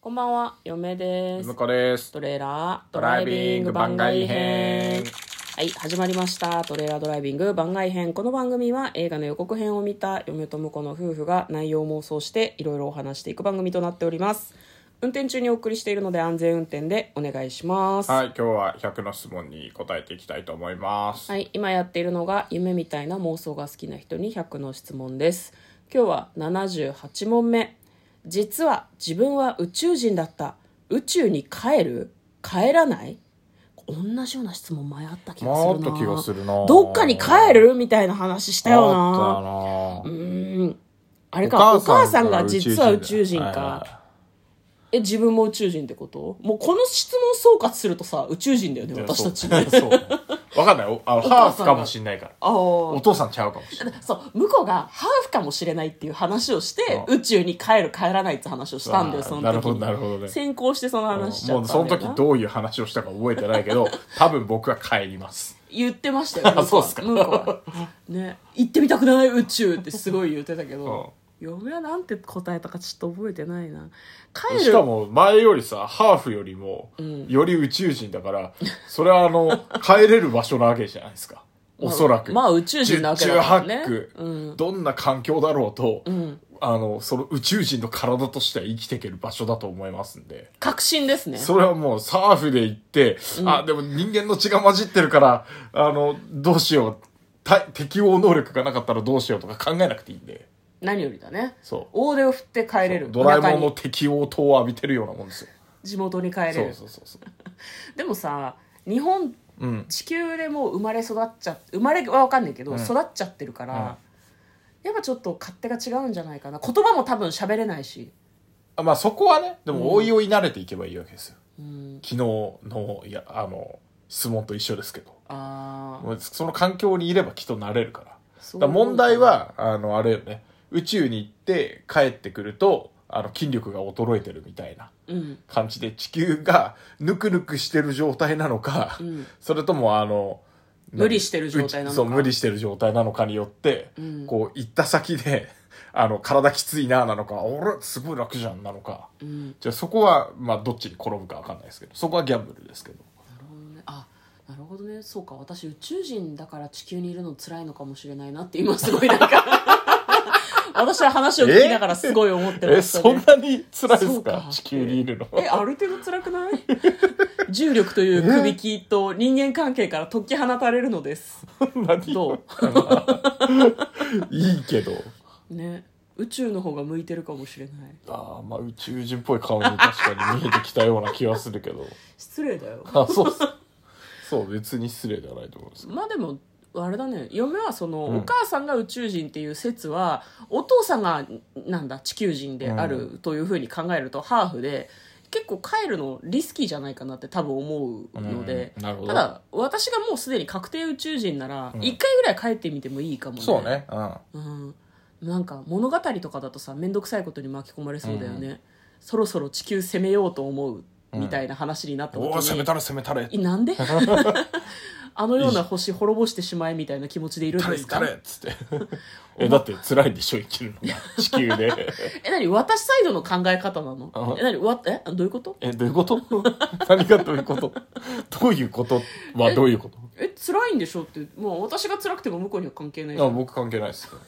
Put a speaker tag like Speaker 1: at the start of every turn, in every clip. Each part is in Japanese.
Speaker 1: こんばんは、嫁です
Speaker 2: 向。こうです。
Speaker 1: トレーラード
Speaker 2: ドライビング番外編。
Speaker 1: はい、始まりました。トレーラードライビング番外編。この番組は映画の予告編を見た嫁と婿の夫婦が内容を妄想していろいろお話していく番組となっております。運転中にお送りしているので安全運転でお願いします。
Speaker 2: はい、今日は100の質問に答えていきたいと思います。
Speaker 1: はい、今やっているのが夢みたいな妄想が好きな人に100の質問です。今日は78問目。実は自分は宇宙人だった。宇宙に帰る帰らない同じような質問前あった気がするな。
Speaker 2: 前あった気がするな
Speaker 1: どっかに帰るみたいな話したよな。
Speaker 2: あったな
Speaker 1: あれか、お母さん
Speaker 2: お
Speaker 1: が実は宇宙人
Speaker 2: はい
Speaker 1: か
Speaker 2: は。
Speaker 1: え、自分も宇宙人ってこともうこの質問総括するとさ、宇宙人だよね、
Speaker 2: い
Speaker 1: 私たち。
Speaker 2: いやそう そうわかんない。おあの、
Speaker 1: さんが
Speaker 2: ハーフかもしんないから。
Speaker 1: ああ
Speaker 2: お父さんちゃうかもしんない。
Speaker 1: そう向こうがハーフかもしれないっていう話をして
Speaker 2: う
Speaker 1: 宇宙に帰る帰らないって話をしたんだよ
Speaker 2: あー
Speaker 1: その時
Speaker 2: なるほどなるほどね
Speaker 1: 先行してその話しちゃ
Speaker 2: も
Speaker 1: っ
Speaker 2: う
Speaker 1: た
Speaker 2: そ
Speaker 1: ん
Speaker 2: の
Speaker 1: だよな
Speaker 2: 時どういう話をしたか覚えてないけど、多分僕は帰ります。
Speaker 1: 言ってましたよ向こ
Speaker 2: あそうっすか
Speaker 1: 向こうは ね行ってみたくない宇宙ってすごい言ってたけど、嫁はなんて答えたかちょっと覚えてないな帰る
Speaker 2: しかも前よりさ、ハーフよりも、より宇宙人だから、それはあの、 帰れる場所なわけじゃないですか。おそらく。
Speaker 1: まあ宇宙人なわけだからね
Speaker 2: 18区、どんな環境だろうと、あの、その宇宙人の体としては生きていける場所だと思いますんで。
Speaker 1: 確信ですね
Speaker 2: それはもうサーフで行って、あ、でも人間の血が混じってるから、あの、どうしよう。た適応能力がなかったらどうしようとか考えなくていいんで。
Speaker 1: 何よりだね
Speaker 2: そう
Speaker 1: 大手を振って帰れる
Speaker 2: ドラえもん
Speaker 1: 田
Speaker 2: の
Speaker 1: 舎に
Speaker 2: 適応灯を浴びてるようなもんですよ。
Speaker 1: 地元に帰れる
Speaker 2: そうそうそうそう。
Speaker 1: でもさ日本
Speaker 2: うん。
Speaker 1: 地球でもう生まれ育っちゃ生まれは分かんないけど、
Speaker 2: うん
Speaker 1: 育っちゃってるから、やっぱちょっと勝手が違うんじゃないかな言葉も多分喋れないし
Speaker 2: あまあそこはね、でもおいおい慣れていけばいいわけですよ。
Speaker 1: うん
Speaker 2: 昨日の、いや、あの、質問と一緒ですけど。
Speaker 1: あ
Speaker 2: もうその環境にいればきっと慣れるから。だか
Speaker 1: あ
Speaker 2: ら問題は、あの、あれよね。宇宙に行って帰ってくると、あの、筋力が衰えてるみたいな
Speaker 1: うん
Speaker 2: 感じで、地球がぬくぬくしてる状態なのか、
Speaker 1: うん
Speaker 2: それともあの、
Speaker 1: 無理してる状態なのか
Speaker 2: うちそう、無理してる状態なのかによって、
Speaker 1: うん
Speaker 2: こう、行った先で、あの、体きついな、なのか、俺、すごい楽じゃん、なのか。
Speaker 1: うん
Speaker 2: じゃあそこは、まあ、どっちに転ぶかわかんないですけど、そこはギャンブルですけど。
Speaker 1: なるほどねあなるほどねそうか私宇宙人だから地球にいるの辛いのかもしれないなって今すごいなん か私は話を聞きながらすごい思ってま
Speaker 2: え、
Speaker 1: した、
Speaker 2: そん
Speaker 1: ね、
Speaker 2: なに辛いで
Speaker 1: そう
Speaker 2: す
Speaker 1: か
Speaker 2: か地球にいるの。
Speaker 1: えある程度辛く ない重力という首切りと人間関係から解き放たれるのです
Speaker 2: 何
Speaker 1: どう
Speaker 2: いいけど。
Speaker 1: ね宇宙の方が向いてるかもしれない
Speaker 2: ああ、まあ、宇宙人っぽい顔に確かに見えてきたような気はするけど。
Speaker 1: 失礼だよ
Speaker 2: あ、そうっす。そう、別に失礼ではないと思うんですけど。
Speaker 1: まあでもあれだね嫁はその、
Speaker 2: うん
Speaker 1: お母さんが宇宙人っていう説はお父さんがなんだ地球人であ
Speaker 2: う
Speaker 1: るというふうに考えると、ハーフで結構帰るのリスキーじゃないかなって多分思うので、
Speaker 2: うんなるほど
Speaker 1: ただ私がもうすでに確定宇宙人なら、
Speaker 2: うん
Speaker 1: 一回ぐらい帰ってみてもいいかもね
Speaker 2: そうね。うん。
Speaker 1: うん、なんか物語とかだとさ面倒くさいことに巻き込まれそうだよね、そろそろ地球攻めようと思うみたいな話になった時
Speaker 2: おお、攻
Speaker 1: に、
Speaker 2: めたれ、攻めたれ。
Speaker 1: いなん であのような星滅ぼしてしまえみたいな気持ちでいるん
Speaker 2: た
Speaker 1: で
Speaker 2: れ、
Speaker 1: す
Speaker 2: た
Speaker 1: か
Speaker 2: れっつって。 え、だって辛いんでしょ、生きるのが。地球で。
Speaker 1: え何私サイドの考え方なの
Speaker 2: あ
Speaker 1: え何わえどういうこと
Speaker 2: え、どういうこと 何がどういうことどういうことはどういうこと
Speaker 1: え辛いんでしょってもう私が辛くても向こうには関係ないじゃ
Speaker 2: あ
Speaker 1: ん
Speaker 2: 僕関係ないですよ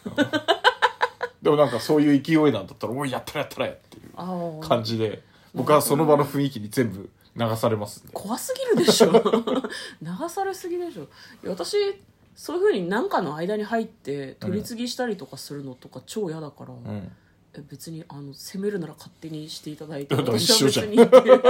Speaker 2: でもなんかそういう勢いなんだったら「おいやったらやったら」っていう
Speaker 1: あー
Speaker 2: 感じで僕はその場の雰囲気に全部流されますんで
Speaker 1: 怖すぎるでしょ 流されすぎでしょいや私そういうふうに何かの間に入って取り次ぎしたりとかするのとか超嫌だから、
Speaker 2: うん
Speaker 1: え別にあの攻めるなら勝手にしていただ いて
Speaker 2: だから
Speaker 1: 私は
Speaker 2: 一緒じゃん
Speaker 1: 別にっていう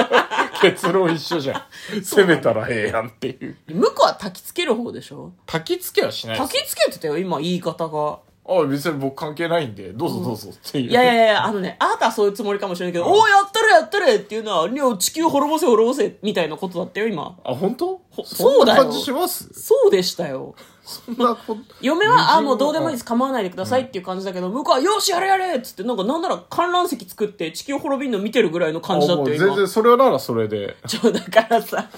Speaker 2: 結論一緒じゃ ん攻めたらええやんっていう
Speaker 1: 向こうは焚きつける方でしょ
Speaker 2: 焚きつけはしないで
Speaker 1: 焚
Speaker 2: す
Speaker 1: きつけてたよ今言い方が
Speaker 2: あ別に僕関係ないんでどうぞどうぞっていう、
Speaker 1: いやいやいや、あのね、あなたはそういうつもりかもしれないけど、おお、やったれやったれっていうのは、いや地球滅ぼせ滅ぼせみたいなことだったよ、今。
Speaker 2: あ本当ほ
Speaker 1: そうだよ
Speaker 2: んな感じします
Speaker 1: そうでしたよ。
Speaker 2: そんなこ
Speaker 1: 嫁は、あ、
Speaker 2: 無人の
Speaker 1: もうどうでもいいです、構わないでくださいっていう感じだけど、向こうは、よし、やれやれっつって、なんか、なんなら観覧席作って地球滅びんの見てるぐらいの
Speaker 2: あ
Speaker 1: 感じだ
Speaker 2: も
Speaker 1: っ
Speaker 2: う
Speaker 1: たよ、
Speaker 2: 全
Speaker 1: 今
Speaker 2: 然。それならそれで
Speaker 1: ちょ、だからさ、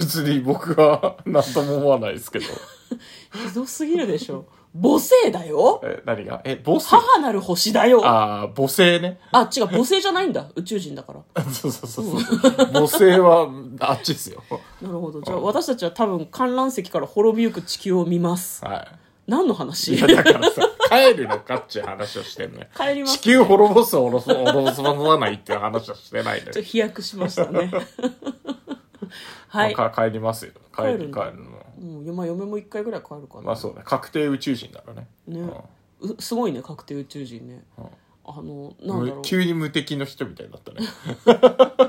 Speaker 2: 別に僕は何とも思わないですけど
Speaker 1: ひどすぎるでしょ。母性だよ
Speaker 2: え、何がえ、母性
Speaker 1: 母なる星だよあ
Speaker 2: ああ、母性ね。
Speaker 1: 違う、母性じゃないんだ。宇宙人だから。
Speaker 2: そうそうそうそう。母性は、あっちですよ。
Speaker 1: なるほど。じゃあ、私たちは多分観覧席から滅びゆく地球を見ます。
Speaker 2: は
Speaker 1: 何の
Speaker 2: い。
Speaker 1: 話
Speaker 2: いや、だからさ、帰るのかっちゅう話をしてんのよ。
Speaker 1: 帰ります
Speaker 2: 地球滅ぼす、滅ぼす、滅ぼすまわないっていう話はしてない
Speaker 1: ち
Speaker 2: の
Speaker 1: ょっと
Speaker 2: よ。
Speaker 1: 飛躍しましたね。 はい。
Speaker 2: まあか帰りますよ。帰
Speaker 1: 帰る
Speaker 2: る、
Speaker 1: ん
Speaker 2: 帰
Speaker 1: だ
Speaker 2: るの。
Speaker 1: うん、まあ嫁も一回ぐらい帰るかな。
Speaker 2: まあそうね。確定宇宙人だからね。
Speaker 1: ね
Speaker 2: うん
Speaker 1: うすごいね、確定宇宙人ね。
Speaker 2: うん
Speaker 1: あの、なんだろう
Speaker 2: む。急に無敵の人みたいになったね。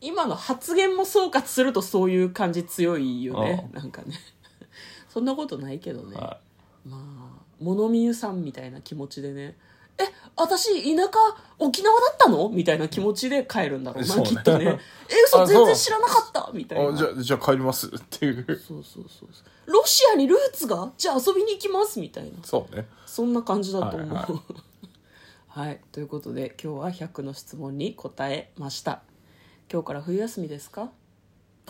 Speaker 1: 今の発言も総括するとそういう感じ強いよね。なんかね。 そんなことないけどね。
Speaker 2: は
Speaker 1: まあ、物見ゆさんみたいな気持ちでね。え、私、田舎、沖縄だったのみたいな気持ちで帰るんだろうな、
Speaker 2: そうね
Speaker 1: きっ とね。え、嘘、
Speaker 2: あ
Speaker 1: 全
Speaker 2: そ
Speaker 1: 然
Speaker 2: う
Speaker 1: 知らなかったみた
Speaker 2: い
Speaker 1: いな。
Speaker 2: あじゃあ、じゃあ帰りますっていう。
Speaker 1: そうそうそうそうロシアにルーツがじゃあ遊びに行きますみたいな
Speaker 2: そうね。
Speaker 1: そんな感じだと思うは
Speaker 2: はいい、
Speaker 1: ということで今日は100の質問に答えました今日から冬休みですか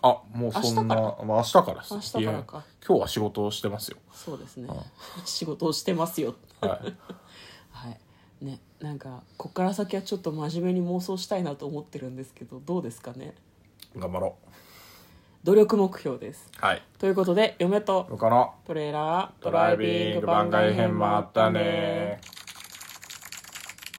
Speaker 2: あ、もうそ
Speaker 1: 明
Speaker 2: んな、
Speaker 1: 日か
Speaker 2: まあ
Speaker 1: ら
Speaker 2: 明日からです
Speaker 1: 明日からか
Speaker 2: いや今日は仕事をしてますよ。
Speaker 1: そうですね仕事をしてますよ
Speaker 2: はい。
Speaker 1: はいねなんかこっから先はちょっと真面目に妄想したいなと思ってるんですけどどうですかね
Speaker 2: 頑張ろ
Speaker 1: 努力目標です
Speaker 2: う。はい。
Speaker 1: ということで嫁と
Speaker 2: のかな
Speaker 1: トレーラード
Speaker 2: ドライビング番外編もあったね